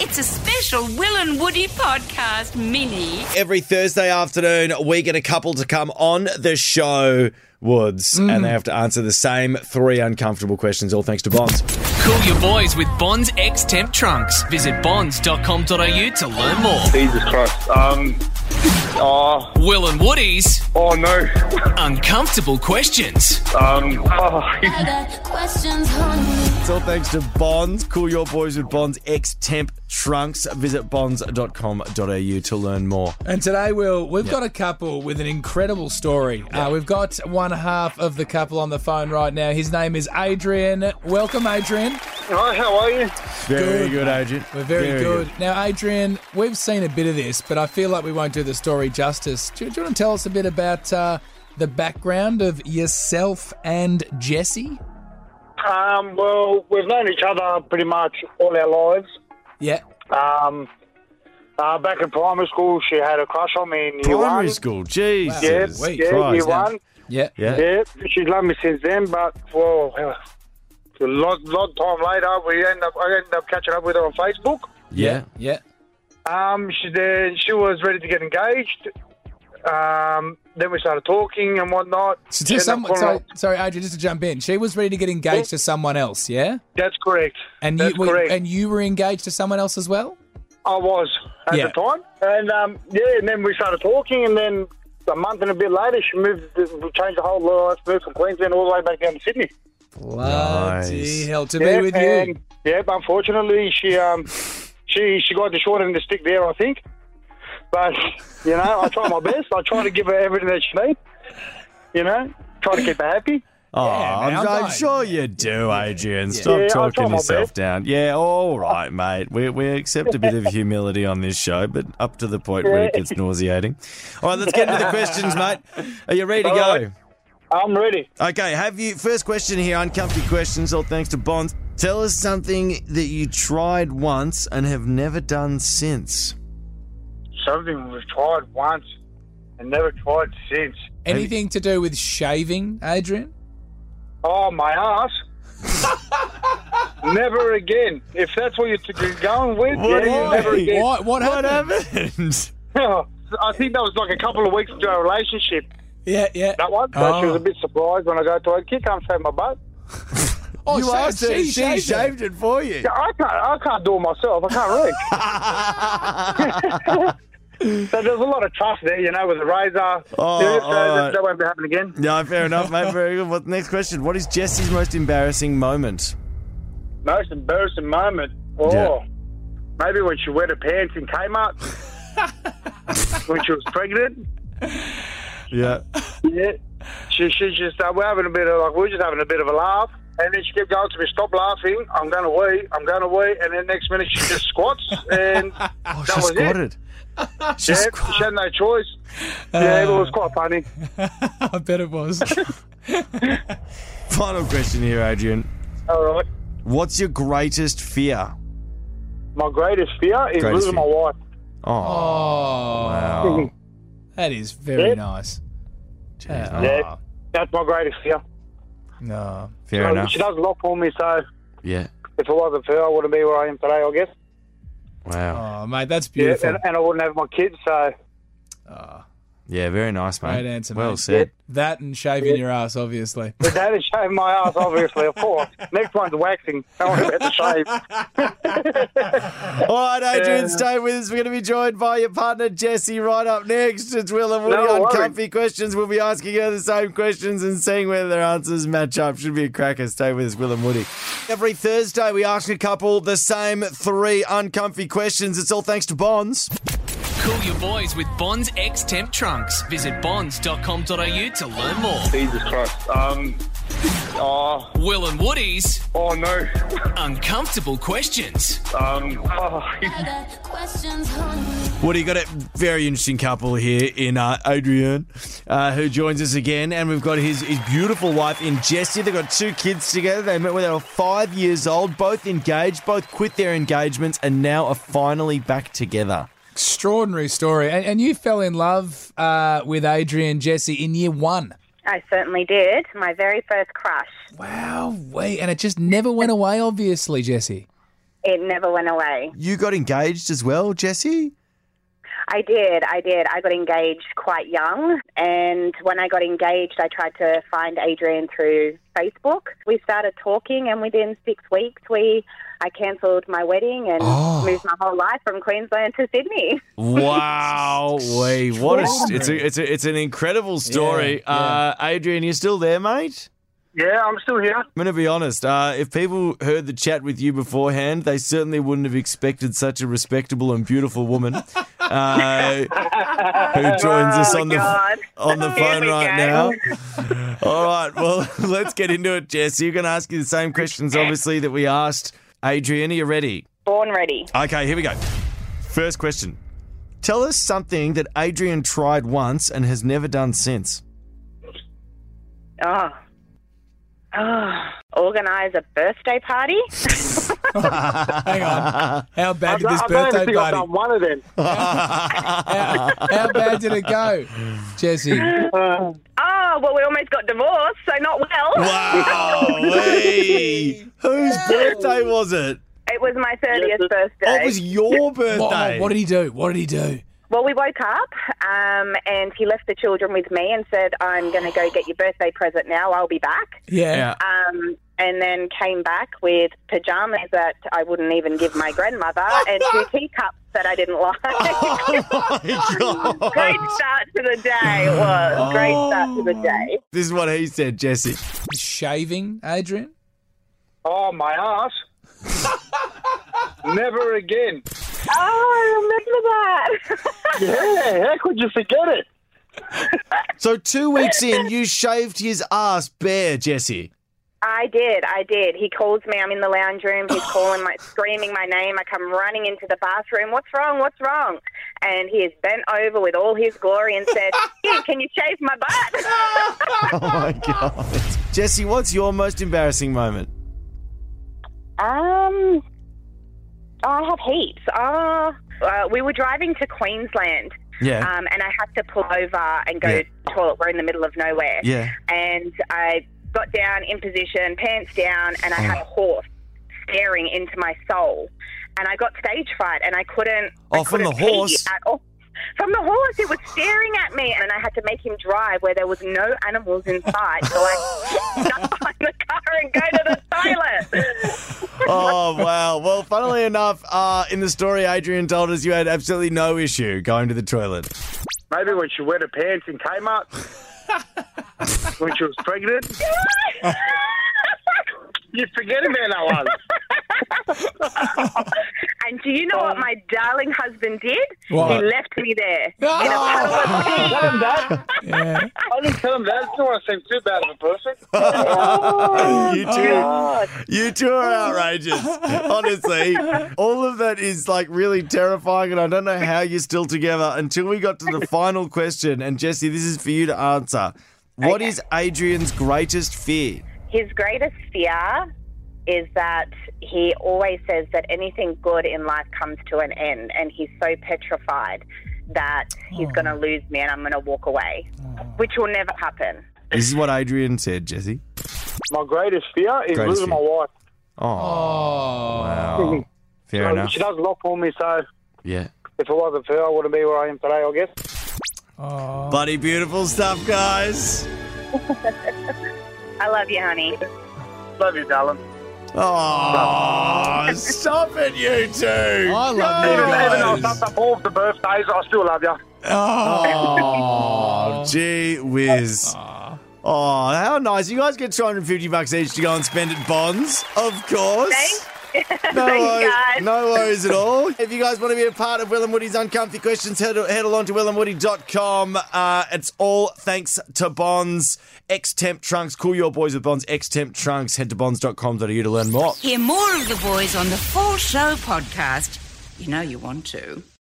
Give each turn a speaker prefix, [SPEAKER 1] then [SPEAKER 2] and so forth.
[SPEAKER 1] It's a special Will and Woody podcast mini.
[SPEAKER 2] Every Thursday afternoon, we get a couple to come on the show, Woods, and
[SPEAKER 3] Mm.
[SPEAKER 2] they have to answer the same three uncomfortable questions, all thanks to Bonds.
[SPEAKER 4] Cool your boys with Bonds X Temp Trunks. Visit bonds.com.au to learn more.
[SPEAKER 5] Jesus Christ. Um. Oh.
[SPEAKER 4] Will and Woody's
[SPEAKER 5] Oh no.
[SPEAKER 4] uncomfortable questions.
[SPEAKER 5] Um. Oh,
[SPEAKER 6] I got questions on
[SPEAKER 2] It's all thanks to Bonds. Cool your boys with Bonds X Temp Trunks. Visit bonds.com.au to learn more.
[SPEAKER 3] And today, Will, we've got a couple with an incredible story. Uh, we've got one half of the couple on the phone right now. His name is Adrian. Welcome, Adrian.
[SPEAKER 5] hi. How are you?
[SPEAKER 2] Very good, agent.
[SPEAKER 3] We're very, good. Now, Adrian, we've seen a bit of this, but I feel like we won't do the story justice. Do, do you want to tell us a bit about uh, the background of yourself and Jesse?
[SPEAKER 5] Um. Well, we've known each other pretty much all our lives.
[SPEAKER 3] Yeah.
[SPEAKER 5] Um. Uh, back in primary school, she had a crush on me in year
[SPEAKER 2] Primary
[SPEAKER 5] one.
[SPEAKER 2] school, Jesus.
[SPEAKER 5] Yeah,
[SPEAKER 3] Sweet
[SPEAKER 5] yeah,
[SPEAKER 2] Christ.
[SPEAKER 5] year one.
[SPEAKER 3] Yeah.
[SPEAKER 2] Yeah.
[SPEAKER 5] Yeah, she's loved me since then, but well, uh, a lot, lot time later, we end up, I ended up catching up with her on Facebook.
[SPEAKER 2] Yeah.
[SPEAKER 3] Yeah.
[SPEAKER 5] Um, she then she was ready to get engaged. Um, then we started talking and whatnot. She
[SPEAKER 3] So to
[SPEAKER 5] ended up
[SPEAKER 3] some,
[SPEAKER 5] calling
[SPEAKER 3] sorry,
[SPEAKER 5] up-
[SPEAKER 3] sorry, Adrian, just to jump in. She was ready to get engaged to someone else, yeah?
[SPEAKER 5] That's correct.
[SPEAKER 3] And
[SPEAKER 5] That's
[SPEAKER 3] you were-
[SPEAKER 5] correct.
[SPEAKER 3] and you were engaged to someone else as well?
[SPEAKER 5] I was at
[SPEAKER 3] Yeah.
[SPEAKER 5] the time, and um, yeah, and then we started talking, and then a month and a bit later, she moved, we changed the whole life, moved from Queensland all the way back down to Sydney.
[SPEAKER 3] Bloody
[SPEAKER 2] Nice.
[SPEAKER 3] hell to
[SPEAKER 5] Yeah,
[SPEAKER 3] be with
[SPEAKER 5] and,
[SPEAKER 3] you.
[SPEAKER 5] Yeah, but unfortunately, she um, she she got the short end of the stick there, I think. But you know, I try my best. I try to give her everything that she needs. You know, try to keep her happy.
[SPEAKER 2] Oh,
[SPEAKER 3] Yeah, man,
[SPEAKER 2] I'm,
[SPEAKER 3] I'm
[SPEAKER 2] I'm
[SPEAKER 3] dying.
[SPEAKER 2] sure you do, Adrian. Stop
[SPEAKER 5] Yeah, I'll try
[SPEAKER 2] talking
[SPEAKER 5] my
[SPEAKER 2] yourself
[SPEAKER 5] best.
[SPEAKER 2] down. Yeah, all right, mate. We, we accept a bit of humility on this show, but up to the point where it gets nauseating. All right, let's get into the questions, mate. Are you ready to
[SPEAKER 5] All
[SPEAKER 2] go?
[SPEAKER 5] I'm ready.
[SPEAKER 2] Okay, have you first question here, uncomfy questions, all thanks to Bonds. Tell us something that you tried once and have never done since.
[SPEAKER 5] Something we've tried once and never tried since.
[SPEAKER 3] Anything to do with shaving, Adrian?
[SPEAKER 5] Oh, my ass. never again. If that's what you're going with,
[SPEAKER 2] What
[SPEAKER 5] yeah,
[SPEAKER 2] are
[SPEAKER 5] never
[SPEAKER 2] you-
[SPEAKER 5] again.
[SPEAKER 3] What, what happened?
[SPEAKER 2] happened?
[SPEAKER 5] I think that was like a couple of weeks into our relationship.
[SPEAKER 3] Yeah, yeah.
[SPEAKER 5] That one. So she was a
[SPEAKER 2] Oh.
[SPEAKER 5] bit surprised when I go to her. Can you come shave my butt?
[SPEAKER 3] Oh,
[SPEAKER 2] you
[SPEAKER 3] sha-
[SPEAKER 2] asked her, she,
[SPEAKER 3] shaved it.
[SPEAKER 2] shaved it for you.
[SPEAKER 5] I can't. I can't do it myself. I can't reach. so there's a lot of trust there, you know, with the razor.
[SPEAKER 2] Oh,
[SPEAKER 5] Yeah, so
[SPEAKER 2] all right.
[SPEAKER 5] that, that won't be happening again.
[SPEAKER 2] No, fair enough, mate. Very good. What, next question. What is Jesse's most embarrassing moment?
[SPEAKER 5] Most embarrassing moment. Oh,
[SPEAKER 2] Yeah.
[SPEAKER 5] maybe when she wet her pants in Kmart when she was pregnant.
[SPEAKER 2] Yeah.
[SPEAKER 5] Yeah. She, she just uh, we're having a bit of like we we're just having a bit of a laugh, and then she kept going to me, "Stop laughing! I'm going to wee! I'm going to wee!" And then next minute she just squats, and
[SPEAKER 2] Oh,
[SPEAKER 5] that
[SPEAKER 2] she
[SPEAKER 5] was it.
[SPEAKER 2] squatted. She
[SPEAKER 5] Yeah,
[SPEAKER 2] squatted.
[SPEAKER 5] she had no choice. yeah, it was quite funny.
[SPEAKER 3] I bet it was.
[SPEAKER 2] Final question here, Adrian.
[SPEAKER 5] All right.
[SPEAKER 2] What's your greatest fear?
[SPEAKER 5] My greatest fear is
[SPEAKER 2] Greatest
[SPEAKER 5] losing
[SPEAKER 2] fear.
[SPEAKER 5] my wife.
[SPEAKER 2] Oh,
[SPEAKER 3] Oh,
[SPEAKER 2] wow.
[SPEAKER 3] that is very
[SPEAKER 5] Yeah.
[SPEAKER 3] nice.
[SPEAKER 2] Jeez,
[SPEAKER 5] Yeah,
[SPEAKER 2] oh,
[SPEAKER 5] that's my greatest fear.
[SPEAKER 3] No.
[SPEAKER 2] fair enough.
[SPEAKER 5] She does a lot for me, so
[SPEAKER 2] Yeah.
[SPEAKER 5] if it wasn't for her, I wouldn't be where I am today, I guess.
[SPEAKER 2] Wow.
[SPEAKER 3] Oh, mate, that's
[SPEAKER 5] Yeah,
[SPEAKER 3] beautiful.
[SPEAKER 5] and, and I wouldn't have my kids, so
[SPEAKER 2] Yeah, very nice, mate.
[SPEAKER 3] Great answer,
[SPEAKER 2] Well
[SPEAKER 3] mate.
[SPEAKER 2] said.
[SPEAKER 3] That and shaving your ass, obviously.
[SPEAKER 5] the dad is shaving my ass, obviously, of course. Next one's waxing. I want to get the shave.
[SPEAKER 2] All right, Adrian, stay with us. We're going to be joined by your partner, Jesse, right up next. It's Will and Woody
[SPEAKER 5] No
[SPEAKER 2] on
[SPEAKER 5] worries.
[SPEAKER 2] Comfy Questions. We'll be asking her the same questions and seeing whether their answers match up. Should be a cracker. Stay with us, Will and Woody. Every Thursday, we ask a couple the same three uncomfy questions. It's all thanks to Bonds.
[SPEAKER 4] Cool your boys with Bonds X Temp Trunks. Visit bonds.com.au to learn more.
[SPEAKER 5] Jesus Christ. Um. Oh,
[SPEAKER 4] Will and Woody's
[SPEAKER 5] oh no.
[SPEAKER 4] uncomfortable questions.
[SPEAKER 5] Um. Oh,
[SPEAKER 6] I got questions on
[SPEAKER 2] Woody, got a very interesting couple here in uh, Adrian, uh, who joins us again, and we've got his, his beautiful wife in Jessie. They've got two kids together. They met when they were five years old, both engaged, both quit their engagements, and now are finally back together.
[SPEAKER 3] Extraordinary story. And, and you fell in love uh, with Adrian Jesse in year one.
[SPEAKER 7] I certainly did. My very first crush.
[SPEAKER 3] Wow, wait. And it just never went away, obviously, Jesse.
[SPEAKER 7] It never went away.
[SPEAKER 2] You got engaged as well, Jesse?
[SPEAKER 7] I did, I did. I got engaged quite young, and when I got engaged, I tried to find Adrian through Facebook. We started talking, and within six weeks, we I cancelled my wedding and moved my whole life from Queensland to Sydney.
[SPEAKER 2] Wow, wait, what a, st- it's a, it's a, it's an incredible story.
[SPEAKER 3] Yeah,
[SPEAKER 2] Uh, Adrian, you still there, mate?
[SPEAKER 5] Yeah, I'm still here.
[SPEAKER 2] I'm gonna be honest. Uh, if people heard the chat with you beforehand, they certainly wouldn't have expected such a respectable and beautiful woman uh, who joins us
[SPEAKER 7] Oh,
[SPEAKER 2] on the
[SPEAKER 7] God.
[SPEAKER 2] on the
[SPEAKER 7] Here
[SPEAKER 2] phone
[SPEAKER 7] we
[SPEAKER 2] right
[SPEAKER 7] go.
[SPEAKER 2] now. All right, well, let's get into it, Jess. You're gonna ask you the same questions, obviously, that we asked Adrian. Are you ready?
[SPEAKER 7] Born ready.
[SPEAKER 2] Okay, here we go. First question. Tell us something that Adrian tried once and has never done since.
[SPEAKER 7] Oh. Oh, organize a birthday party?
[SPEAKER 3] Hang on. How bad did this
[SPEAKER 5] I don't even
[SPEAKER 3] birthday
[SPEAKER 5] think I've done
[SPEAKER 3] party?
[SPEAKER 5] one of them.
[SPEAKER 3] How, how bad did it go, Jesse?
[SPEAKER 7] Oh, well, we almost got divorced, so not well.
[SPEAKER 2] Wow! Whose birthday was it?
[SPEAKER 7] It was my 30th
[SPEAKER 2] Oh, it
[SPEAKER 7] birthday.
[SPEAKER 2] was your birthday.
[SPEAKER 3] What, what did he do? What did he do?
[SPEAKER 7] Well, we woke up um, and he left the children with me and said, I'm going to go get your birthday present now. I'll be back.
[SPEAKER 3] Yeah.
[SPEAKER 2] yeah.
[SPEAKER 7] Um, and then came back with pajamas that I wouldn't even give my grandmother and two teacups that I didn't like.
[SPEAKER 2] My God.
[SPEAKER 7] Great start to the day it was. Great start to the day.
[SPEAKER 2] This is what he said, Jesse.
[SPEAKER 3] Shaving, Adrian?
[SPEAKER 5] Oh, my ass. Never again.
[SPEAKER 7] Oh, I remember that.
[SPEAKER 5] Yeah, how could you forget it?
[SPEAKER 2] So two weeks in, you shaved his ass bare, Jesse.
[SPEAKER 7] I did, I did. He calls me. I'm in the lounge room. He's calling, my, screaming my name. I come running into the bathroom. What's wrong? What's wrong? And he is bent over with all his glory and said, "Yeah, "Can you shave my butt?"
[SPEAKER 2] Oh my God. Jesse, what's your most embarrassing moment?
[SPEAKER 7] Um, I have heaps. Uh, uh, we were driving to Queensland,
[SPEAKER 2] Yeah.
[SPEAKER 7] um, and I had to pull over and go
[SPEAKER 2] Yeah.
[SPEAKER 7] to the toilet. We're in the middle of nowhere.
[SPEAKER 2] Yeah.
[SPEAKER 7] And I got down in position, pants down, and I had
[SPEAKER 2] Oh.
[SPEAKER 7] a horse staring into my soul. And I got stage fright, and I couldn't. I
[SPEAKER 2] Oh, from the
[SPEAKER 7] couldn't pee
[SPEAKER 2] horse?
[SPEAKER 7] At all. From the horse, it was staring at me, and I had to make him drive where there was no animals in sight. So I got behind the car and go to the toilet.
[SPEAKER 2] oh wow. Well, funnily enough, uh, in the story, Adrian told us you had absolutely no issue going to the toilet.
[SPEAKER 5] Maybe when she wet her pants in Kmart. when she was pregnant. you forget about that one.
[SPEAKER 7] And do you know what my darling husband did?
[SPEAKER 3] What?
[SPEAKER 7] He left me there.
[SPEAKER 5] Tell him that.
[SPEAKER 3] Yeah.
[SPEAKER 5] I didn't tell him that. I didn't want to seem too bad of a person.
[SPEAKER 2] You
[SPEAKER 3] Oh,
[SPEAKER 2] two, you two are outrageous. Honestly, all of that is like really terrifying, and I don't know how you're still together until we got to the final question. And Jesse, this is for you to answer. What is Adrian's greatest fear?
[SPEAKER 7] His greatest fear is that he always says that anything good in life comes to an end, and he's so petrified that he's going to lose me and I'm going to walk away, which will never happen.
[SPEAKER 2] This is what Adrian said, Jesse.
[SPEAKER 5] My greatest fear is
[SPEAKER 2] Greatest
[SPEAKER 5] losing
[SPEAKER 2] fear.
[SPEAKER 5] my wife.
[SPEAKER 2] Oh,
[SPEAKER 3] Oh.
[SPEAKER 2] wow. fair
[SPEAKER 5] Um,
[SPEAKER 2] enough.
[SPEAKER 5] She does love for me, so
[SPEAKER 2] Yeah.
[SPEAKER 5] if it wasn't for her, I wouldn't be where I am today, I guess.
[SPEAKER 2] Bloody beautiful stuff, guys.
[SPEAKER 7] I love you, honey.
[SPEAKER 5] Love you, darling.
[SPEAKER 2] Oh, stop it, you two.
[SPEAKER 3] I love
[SPEAKER 5] Even, even though
[SPEAKER 3] you
[SPEAKER 5] I've
[SPEAKER 3] guys.
[SPEAKER 5] done up all of the birthdays, I still love you.
[SPEAKER 2] Oh, gee whiz. Oh, how nice. You guys get 250 bucks each to go and spend at Bonds, of course.
[SPEAKER 7] Thanks.
[SPEAKER 2] No,
[SPEAKER 7] Thanks,
[SPEAKER 2] worries,
[SPEAKER 7] guys.
[SPEAKER 2] no worries at all. If you guys want to be a part of Will and Woody's Uncomfy Questions, head, head along to willandwoody.com. Uh, it's all thanks to Bonds, ex-temp trunks. Cool your boys with Bonds, ex-temp trunks. Head to bonds.com.au to learn more.
[SPEAKER 1] Hear more of the boys on the Full Show podcast. You know you want to.